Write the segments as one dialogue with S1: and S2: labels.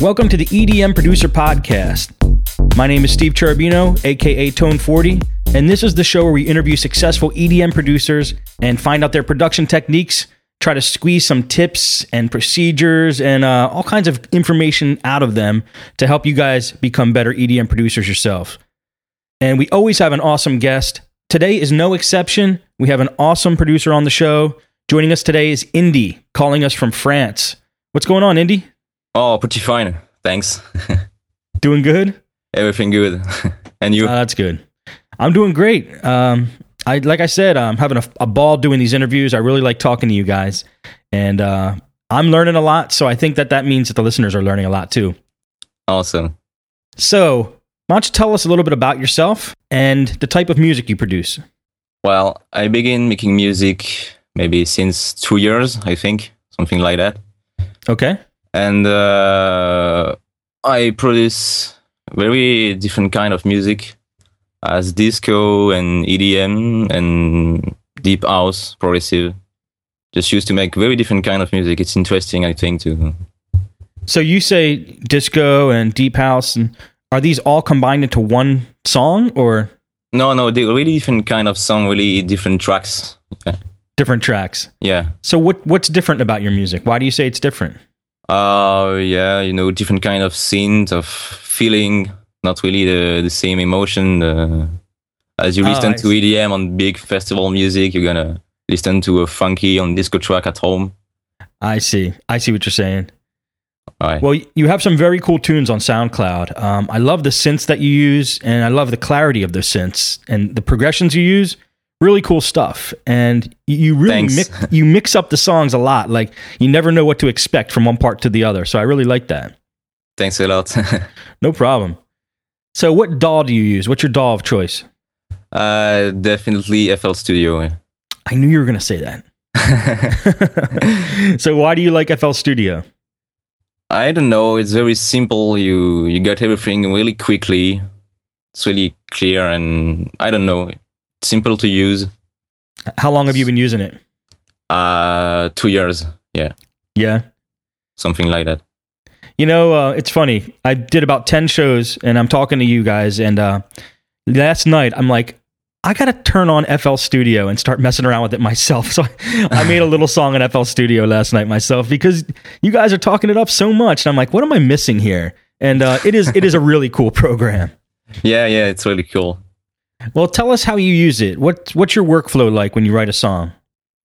S1: Welcome to the EDM Producer Podcast. My name is Steve Cherubino, aka Tone40, and this is the show where we interview successful EDM producers and find out their production techniques, try to squeeze some tips and procedures and uh, all kinds of information out of them to help you guys become better EDM producers yourself. And we always have an awesome guest. Today is no exception. We have an awesome producer on the show. Joining us today is Indy, calling us from France. What's going on, Indy?
S2: Oh, pretty fine. Thanks.
S1: Doing good?
S2: Everything good. and you?
S1: Uh, that's good. I'm doing great. Um, I like I said, I'm having a, a ball doing these interviews. I really like talking to you guys, and uh, I'm learning a lot. So I think that that means that the listeners are learning a lot too.
S2: awesome.
S1: So why don't you tell us a little bit about yourself and the type of music you produce?
S2: Well, I began making music maybe since two years, I think, something like that.
S1: Okay.
S2: And uh, I produce very different kind of music, as disco and EDM and deep house, progressive. Just used to make very different kind of music. It's interesting, I think, to
S1: So you say disco and deep house, and are these all combined into one song or
S2: no, no, they really different kind of song, really different tracks. Yeah.
S1: different tracks?
S2: yeah.
S1: So what what's different about your music? Why do you say it's different?
S2: Uh, yeah, you know, different kind of scenes of feeling, not really the, the same emotion. Uh, as you
S1: Oh,
S2: listen
S1: I
S2: to
S1: see.
S2: EDM on big festival music, you're gonna listen to a funky on disco track at home.
S1: I see. I see what you're saying.
S2: All right.
S1: Well, you have some very cool tunes on SoundCloud. Um, I love the synths that you use, and I love the clarity of those synths and the progressions you use. Really cool stuff, and y- you really
S2: Thanks.
S1: mix, you mix up the songs a lot. Like you never know what to expect from one part to the other. So I really like that.
S2: Thanks a lot.
S1: No problem. So, what DAW do you use? What's your DAW of choice?
S2: uh, definitely FL Studio. yeah.
S1: I knew you were going to say that. so, why do you like FL Studio?
S2: I don't know. It's very simple. You you got everything really quickly. It's really clear, and I don't know. Simple to use.
S1: How long have you been using it?
S2: Uh, two years,
S1: Yeah.
S2: something like that.
S1: You know, uh, it's funny. I did about 10 shows and I'm talking to you guys. And uh, last night, I'm like, I got to turn on FL Studio and start messing around with it myself. So I, I made a little song in FL Studio last night myself because you guys are talking it up so much. And I'm like, what am I missing here? And uh, it is it is a really cool program.
S2: Yeah, yeah, it's really cool.
S1: Well, tell us how you use it. What what's your workflow like when you write a song?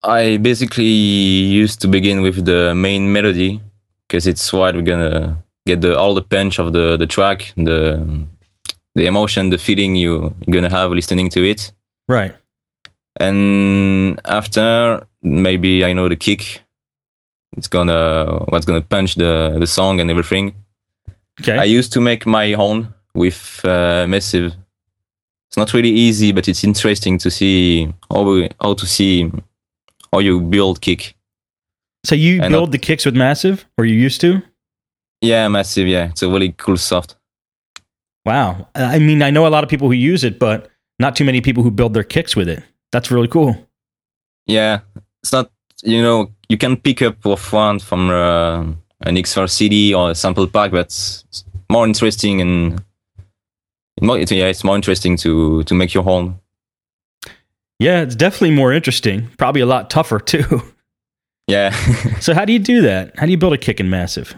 S2: I basically used to begin with the main melody because it's what we're gonna get the all the punch of the the track, the the emotion, the feeling you, you're gonna have listening to it.
S1: Right.
S2: And after maybe I know the kick. It's gonna what's gonna punch the the song and everything.
S1: Okay.
S2: I used to make my own with uh, Massive. It's not really easy, but it's interesting to see how we, how to see how you build kick.
S1: so you
S2: I know-
S1: build the kicks with Massive, or you used to?
S2: Yeah, massive. Yeah, it's a really cool soft.
S1: Wow. Uh, I mean, I know a lot of people who use it, but not too many people who build their kicks with it. That's really cool.
S2: Yeah, it's not. You know, you can pick up of one from uh, an XR CD or a sample pack, but it's more interesting and more. it's- Yeah, it's more interesting to to make your own.
S1: Yeah, it's definitely more interesting. Probably a lot tougher too.
S2: Yeah.
S1: so how do you do that? How do you build a kick in massive?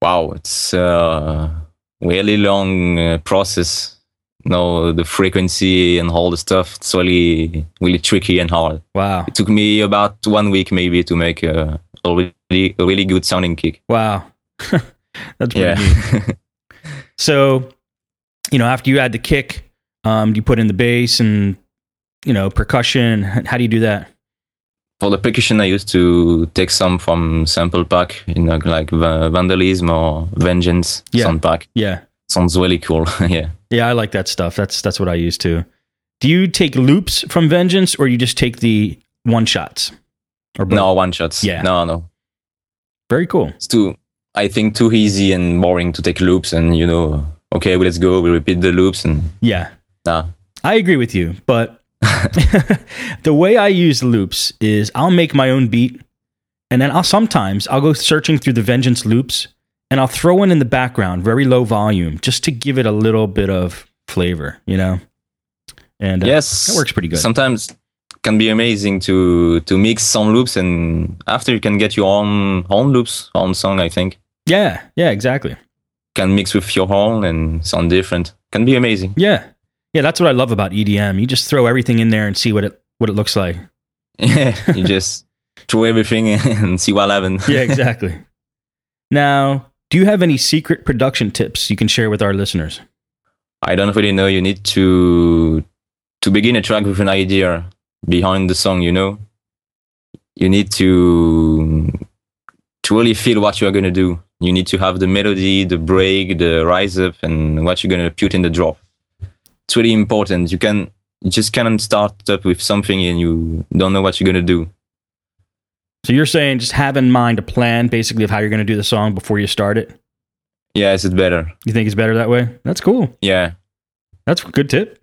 S2: wow, it's uh, really long uh, process. No, the frequency and all the stuff. It's really really tricky and hard.
S1: Wow.
S2: It took me about one week maybe to make a, a really a really good sounding kick.
S1: Wow. That's pretty neat.
S2: yeah
S1: So, you know, after you add the kick, um, do you put in the bass and you know, percussion? H- How do you do that?
S2: for the percussion i used to take some from sample pack you know like Va- vandalism or vengeance
S1: Yeah.
S2: sound pack
S1: Yeah.
S2: sounds really cool yeah
S1: Yeah, I like that stuff. That's that's what I use too. Do you take loops from Vengeance or you just take the one shots? Or both?
S2: no one shots
S1: Yeah.
S2: no no
S1: Very cool.
S2: it's too i think too easy and boring to take loops and you know okay well, let's go we repeat the loops and
S1: Yeah.
S2: nah
S1: I agree with you, but the way I use loops is I'll make my own beat and then I'll sometimes I'll go searching through the Vengeance loops and I'll throw one in the background, very low volume, just to give it a little bit of flavor, you know. And uh,
S2: yes,
S1: that works pretty good.
S2: Sometimes can be amazing to to mix some loops, and after you can get your own own loops, own song. I think
S1: yeah, yeah, exactly.
S2: can mix with your own and sound different. Can be amazing.
S1: Yeah, yeah, that's what I love about EDM. You just throw everything in there and see what it what it looks like.
S2: Yeah, you just throw everything and see what happens.
S1: Yeah, exactly. now, do you have any secret production tips you can share with our listeners?
S2: I don't really know. You need to to begin a track with an idea behind the song. You know, you need to to really feel what you are gonna do. You need to have the melody, the break, the rise up, and what you're gonna put in the drop. It's really important. You can you just cannot start up with something and you don't know what you're gonna do.
S1: So you're saying just have in mind a plan, basically, of how you're going to do the song before you start it.
S2: Yeah, is it better?
S1: You think it's better that way? That's cool.
S2: Yeah,
S1: That's a good tip.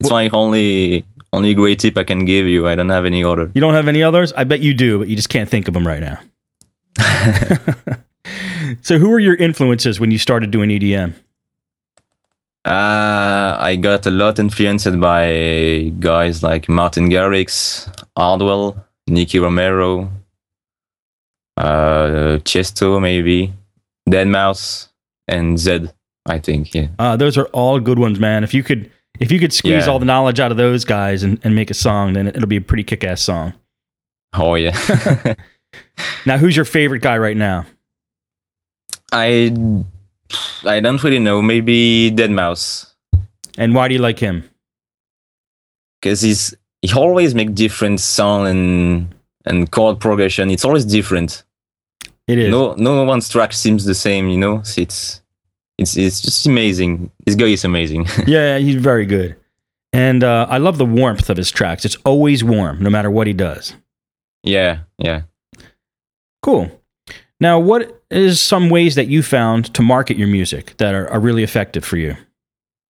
S2: it's my only only great tip I can give you. I don't have any other.
S1: You don't have any others? I bet you do, but you just can't think of them right now. so, who were your influences when you started doing E EDM?
S2: Uh, I got a lot influenced by guys like Martin Garrix, Hardwell, Nicky Romero, uh, Chesto, maybe, Dead Mouse, and Zed, I think. Yeah.
S1: Uh, those are all good ones, man. If you could, if you could squeeze
S2: Yeah.
S1: all the knowledge out of those guys and, and make a song, then it'll be a pretty kick-ass song.
S2: Oh, yeah.
S1: Now, who's your favorite guy right now?
S2: I, I don't really know. Maybe Dead Mouse.
S1: And why do you like him?
S2: because he's he always make different sound and and chord progression. It's always different.
S1: It is.
S2: No no one's track seems the same. You know, So it's it's it's just amazing. This guy is amazing.
S1: Yeah, he's very good. And uh, I love the warmth of his tracks. It's always warm, no matter what he does.
S2: yeah yeah.
S1: Cool. Now, what is some ways that you found to market your music that are, are really effective for you?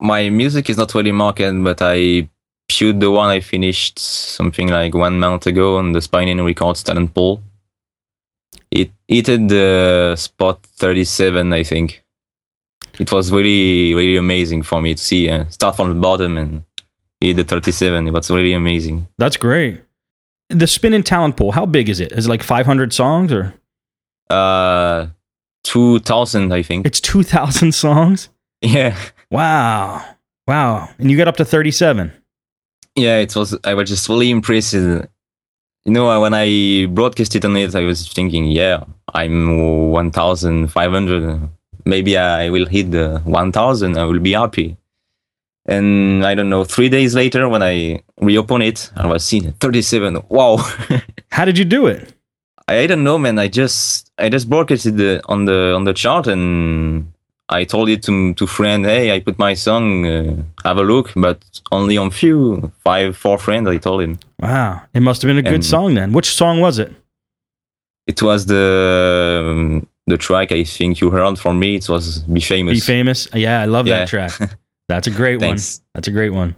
S2: My music is not really marketed, but I shoot the one I finished something like one month ago on the Spinning Records talent pool. It it hit the spot 37, I think. It was really really amazing for me to see. Uh, start from the bottom and hit the 37. It was really amazing.
S1: That's great. The spin and talent pool, how big is it? Is it like 500 songs or?
S2: Uh, 2000, I think.
S1: It's 2,000 songs?
S2: Yeah,
S1: Wow. Wow. And you got up to 37.
S2: yeah. It was. I was just really impressed. You know, when I broadcast it on it, I was thinking, yeah, I'm 1,500. Maybe I will hit the 1,000. I will be happy. And I don't know. Three days later, when I reopen it, I was seeing 37. Wow.
S1: How did you do it?
S2: I don't know, man. I just I just broadcasted the on the on the chart and I told it to to friend. Hey, I put my song. Uh, have a look, but only on few five four friends. I told him
S1: Wow. It must have been a good
S2: And-
S1: song then. Which song was it?
S2: it was the um, the track I think you heard from me. It was be famous.
S1: Be Famous? Uh, Yeah, I love
S2: Yeah.
S1: that track. That's a great one.
S2: Thanks.
S1: That's a great one.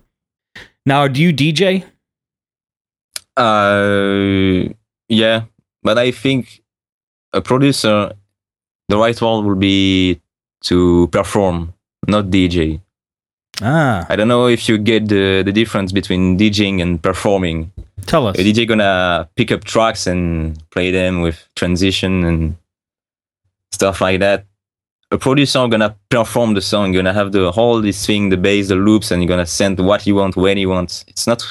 S1: Now, do you DJ?
S2: Uh, yeah, but I think a producer, the right one will be to perform, not DJ.
S1: Ah,
S2: I don't know if you get the, the difference between DJing and performing.
S1: tell us.
S2: A DJ gonna pick up tracks and play them with transition and stuff like that. A producer gonna perform the song, gonna have the whole this thing, the bass, the loops, and you're gonna send what you want when you want. It's not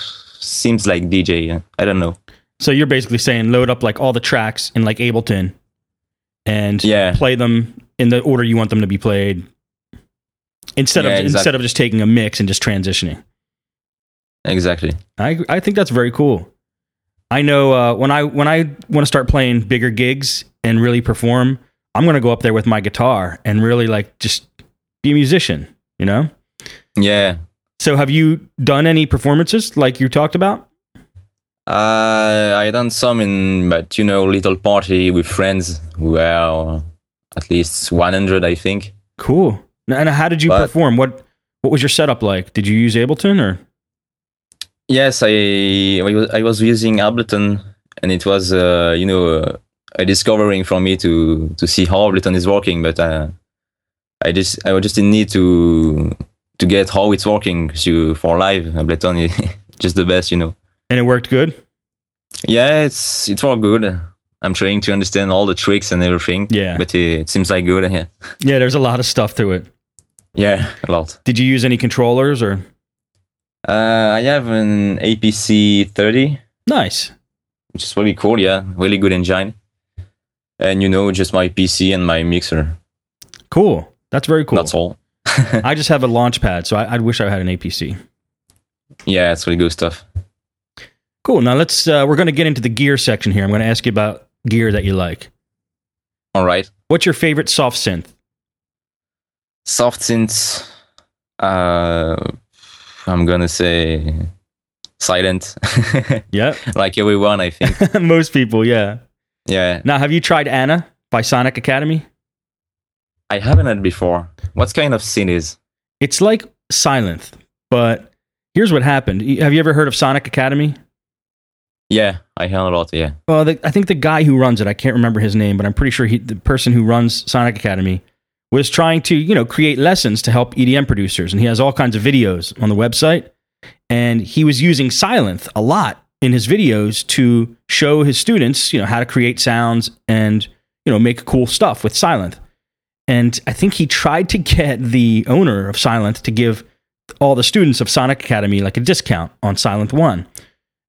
S2: seems like DJ. yeah. I don't know.
S1: So you're basically saying load up like all the tracks in like Ableton and
S2: Yeah.
S1: play them in the order you want them to be played. Instead
S2: Yeah,
S1: of
S2: exact-
S1: instead of just taking a mix and just transitioning.
S2: Exactly.
S1: I I think that's very cool. I know uh, when I when I want to start playing bigger gigs and really perform, I'm gonna go up there with my guitar and really like just be a musician, you know?
S2: Yeah.
S1: So have you done any performances like you talked about?
S2: Uh, I done some in, but you know, little party with friends who are at least 100, I think.
S1: Cool. Now, And how did you
S2: But-
S1: perform? What what was your setup like? Did you use Ableton or
S2: Yes, I I was, I was using Ableton, and it was uh, you know uh, a discovering for me to to see how Ableton is working. But uh, I just I was just in need to to get how it's working. 'cause You for live Ableton is just the best, you know.
S1: And it worked good.
S2: Yeah, it's it's all good. I'm trying to understand all the tricks and everything.
S1: Yeah.
S2: but it, it seems like good. Yeah,
S1: Yeah, there's a lot of stuff to it.
S2: yeah, a lot.
S1: Did you use any controllers or?
S2: Uh, I have an APC 30,
S1: Nice.
S2: which is really cool. Yeah, really good engine. And you know, just my PC and my mixer.
S1: Cool. That's very cool.
S2: That's all.
S1: I just have a launch pad, so I, I wish I had an APC.
S2: Yeah, it's really good stuff.
S1: Cool. Now let's. Uh, we're going to get into the gear section here. I'm going to ask you about gear that you like.
S2: All right.
S1: What's your favorite soft synth?
S2: soft synths. Uh, I'm gonna say silent,
S1: Yeah,
S2: like everyone. I think.
S1: most people. Yeah.
S2: yeah,
S1: Now, have you tried Anna by Sonic Academy?
S2: I haven't had before. What kind of synth is?
S1: It's like Silent, but here's what happened. Y- Have you ever heard of Sonic Academy?
S2: Yeah, I heard a lot. Yeah,
S1: Well, the, I think the guy who runs it, I can't remember his name, but I'm pretty sure he, the person who runs Sonic Academy was trying to, you know, create lessons to help EDM producers. And he has all kinds of videos on the website. And he was using Silent a lot in his videos to show his students, you know, how to create sounds and, you know, make cool stuff with Silent. And I think he tried to get the owner of Silent to give all the students of Sonic Academy like a discount on Silent One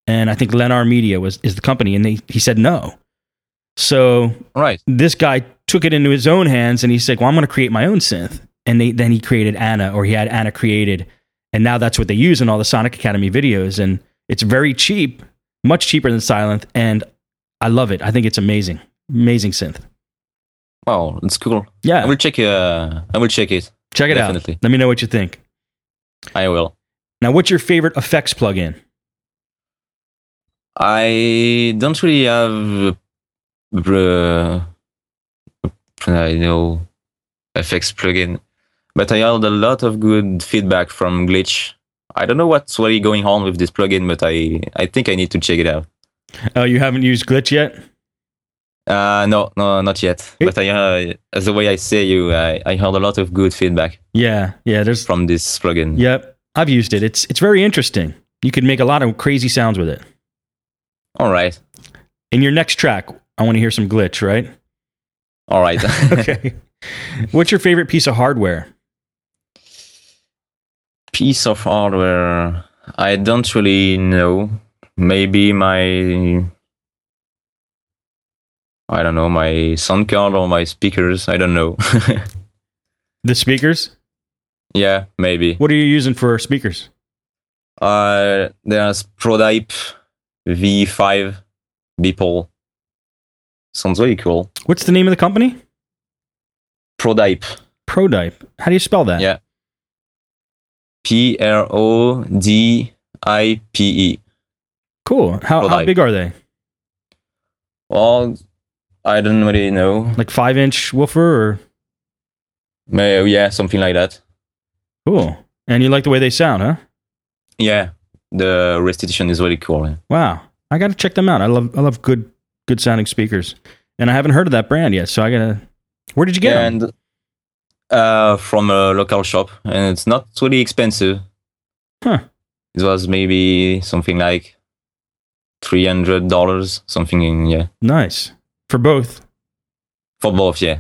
S1: and I think Lenar Media was is the company, and they, he said no. So
S2: right.
S1: this guy took it into his own hands, and he's like, "Well, I'm going to create my own synth." And they, then he created Anna, or he had Anna created, and now that's what they use in all the Sonic Academy videos, and it's very cheap, much cheaper than Silent, and I love it. I think it's amazing, amazing synth.
S2: Wow, it's cool. I
S1: Yeah,
S2: will check. Uh, I will check it.
S1: check it
S2: definitely.
S1: out. Let me know what you think.
S2: I will.
S1: Now, what's your favorite effects plugin?
S2: I don't really have, uh, I know, FX plugin, but I had a lot of good feedback from Glitch. I don't know what's really going on with this plugin, but I, I think I need to check it out.
S1: Oh, you haven't used Glitch yet?
S2: Uh, no, no, not yet. But I, uh, as the way I say you, I, I heard a lot of good feedback
S1: Yeah, yeah. There's
S2: from this plugin.
S1: Yep, I've used it. It's it's very interesting. You can make a lot of crazy sounds with it.
S2: All right,
S1: In your next track, I want to hear some glitch, right?
S2: all right.
S1: Okay. What's your favorite piece of hardware?
S2: piece of hardware I don't really know. Maybe my I don't know, my sound card or my speakers, I don't know.
S1: The speakers?
S2: yeah, maybe.
S1: What are you using for speakers?
S2: Uh there's Prodype V5 Beeple. Sounds really cool.
S1: What's the name of the company?
S2: Prodype.
S1: Prodype. How do you spell that?
S2: Yeah. P R O D I P E.
S1: Cool. How, how
S2: Prodype.
S1: big are they?
S2: Well, I don't really know.
S1: Like five inch woofer or
S2: May yeah, something like that.
S1: cool. And you like the way they sound, huh?
S2: Yeah, the restitution is really cool. yeah.
S1: Wow. I gotta check them out. I love I love good good sounding speakers. And I haven't heard of that brand yet, so I gotta where did you get them?
S2: And uh, from a local shop, and it's not really expensive.
S1: Huh.
S2: It was maybe something like three hundred dollars, something in yeah
S1: Nice. For both.
S2: for both. Yeah.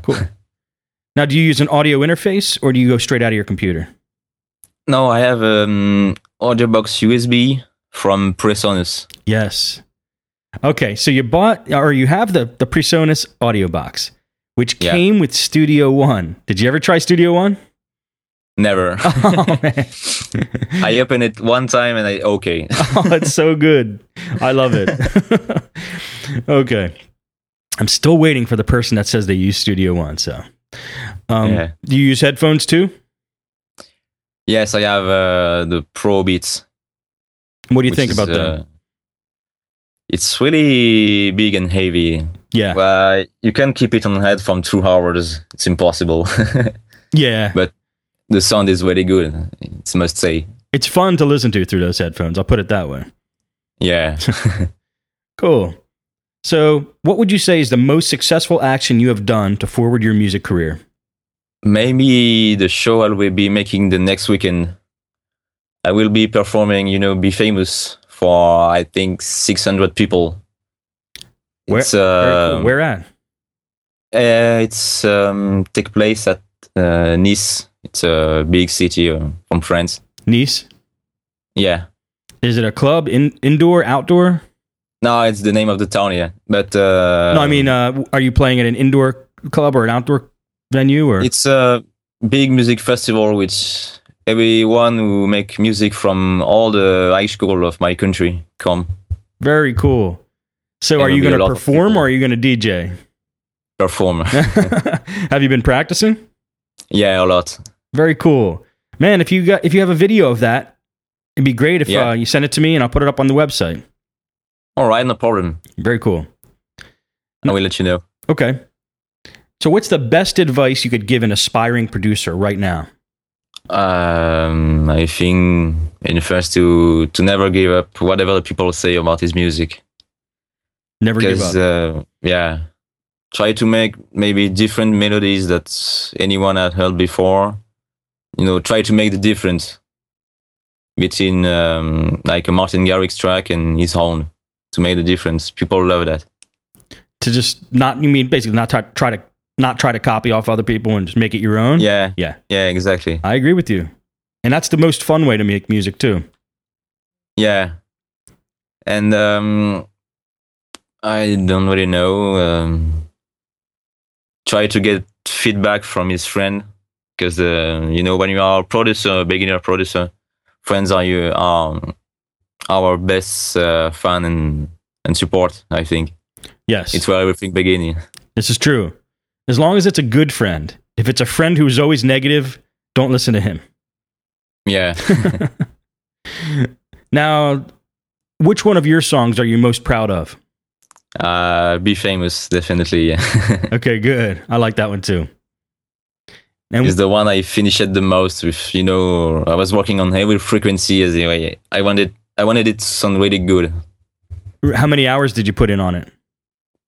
S1: Now, do you use an audio interface or do you go straight out of your computer?
S2: No, I have um AudioBox USB from Presonus.
S1: Yes. Okay, so you bought or you have the the Presonus audio box, which
S2: Yeah.
S1: came with Studio One. Did you ever try Studio One?
S2: Never.
S1: Oh man,
S2: I opened it one time and I okay.
S1: oh, it's so good. I love it. okay, I'm still waiting for the person that says they use Studio One. So, um,
S2: Yeah.
S1: do you use headphones too?
S2: yes, I have uh, the Pro Beats
S1: What do you
S2: which
S1: think
S2: is,
S1: about
S2: uh,
S1: that?
S2: It's really big and heavy.
S1: Yeah,
S2: Uh, you can keep it on head from two hours. It's impossible.
S1: yeah.
S2: the sound is very good. It must say.
S1: It's fun to listen to through those headphones. I'll put it that way.
S2: Yeah.
S1: Cool. So, what would you say is the most successful action you have done to forward your music career?
S2: Maybe the show I will be making the next weekend. I will be performing, you know, be famous for I think 600 people.
S1: Where,
S2: It's uh,
S1: Very cool. Where at?
S2: uh, it's um, take place at uh, Nice. It's a big city uh, from France.
S1: Nice.
S2: Yeah.
S1: Is it a club? In indoor, outdoor?
S2: No, it's the name of the town. Yeah, but uh,
S1: no, I mean, uh, w- are you playing at an indoor club or an outdoor venue? Or
S2: it's a big music festival which everyone who make music from all the high school of my country come
S1: very cool. So,
S2: It'll
S1: are you
S2: be a
S1: going to
S2: lot of
S1: perform
S2: people.
S1: or are you going to DJ?
S2: perform.
S1: have you been practicing?
S2: yeah, a lot.
S1: Very cool, man. If you got if you have a video of that, it'd be great if
S2: Yeah.
S1: uh, you send it to me and I'll put it up on the website.
S2: All right, no problem.
S1: Very cool.
S2: I will let you know.
S1: Okay. So, what's the best advice you could give an aspiring producer right now?
S2: Um, I think in first to to never give up whatever the people say about his music.
S1: Never give
S2: Because
S1: up.
S2: uh, yeah, try to make maybe different melodies that anyone had heard before. You know, try to make the difference between um, like a Martin Garrix track and his own to make the difference. People love that.
S1: to just not you mean basically not try, try to not try to copy off other people and just make it your own.
S2: Yeah,
S1: Yeah.
S2: yeah, exactly.
S1: I agree with you. And that's the most fun way to make music too.
S2: Yeah. And um I don't really know. Um try to get feedback from his friend because uh, you know when you are a producer, beginner producer, friends are you are our best uh, fan and and support, I think.
S1: Yes.
S2: It's where everything begins.
S1: this is true. As long as it's a good friend. If it's a friend who's always negative, don't listen to him.
S2: Yeah.
S1: Now, which one of your songs are you most proud of?
S2: uh be famous definitely, yeah.
S1: Okay, good. I like that one too. And
S2: is the one I finished the most with. You know, I was working on every frequency as anyway. I wanted I wanted it to sound really good.
S1: how many hours did you put in on it?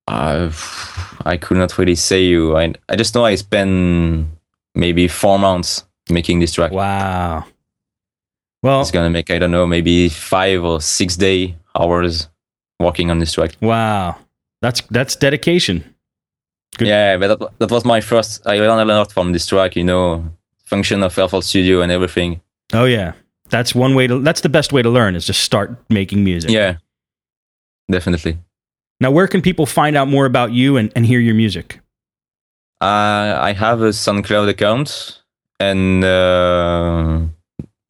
S2: Uh, I could not really say you. I I just know I spent maybe four months making this track.
S1: Wow. Well,
S2: It's gonna make I don't know maybe five or six day hours working on this track.
S1: wow. That's that's dedication. Good.
S2: Yeah, but that, that was my first. I learned a lot from this track. You know, function of Airfall Studio and everything.
S1: Oh yeah. That's one way to that's the best way to learn is just start making music.
S2: Yeah, definitely.
S1: Now, where can people find out more about you and, and hear your music?
S2: Uh, I have a SoundCloud account and uh,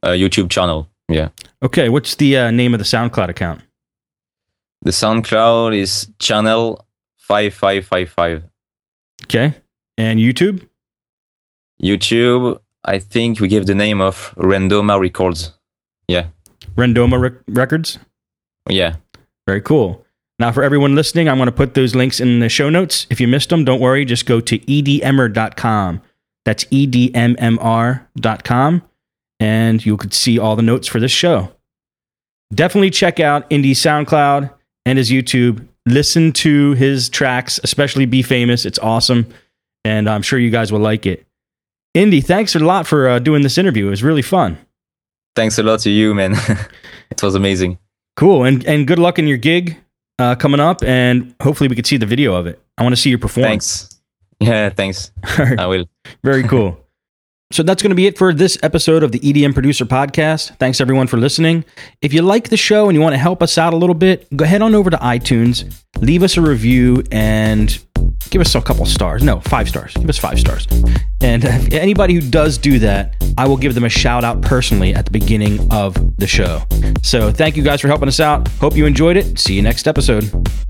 S2: a YouTube channel. Yeah.
S1: Okay, what's the uh, name of the SoundCloud account?
S2: The SoundCloud is channel 5555.
S1: Okay. And YouTube?
S2: YouTube, I think we gave the name of Randoma Records.
S1: Rendoma Rec- Records?
S2: Yeah.
S1: Very cool. Now, for everyone listening, I'm going to put those links in the show notes. If you missed them, don't worry. Just go to E edmr.com. That's E edmmr.com. And you could see all the notes for this show. Definitely check out Indie SoundCloud and his YouTube. Listen to his tracks, especially Be Famous. It's awesome. And I'm sure you guys will like it. Indy, thanks a lot for uh, doing this interview. It was really fun.
S2: Thanks a lot to you, man. it was amazing.
S1: Cool. And and good luck in your gig uh, coming up. And hopefully we could see the video of it. I want to see your performance.
S2: Thanks. Yeah, thanks. I will.
S1: Very cool. So that's going to be it for this episode of the EDM Producer Podcast. Thanks everyone for listening. If you like the show and you want to help us out a little bit, go head on over to iTunes, leave us a review, and give us a couple stars. No, five stars. Give us five stars. And uh, anybody who does do that, I will give them a shout out personally at the beginning of the show. So thank you guys for helping us out. Hope you enjoyed it. See you next episode.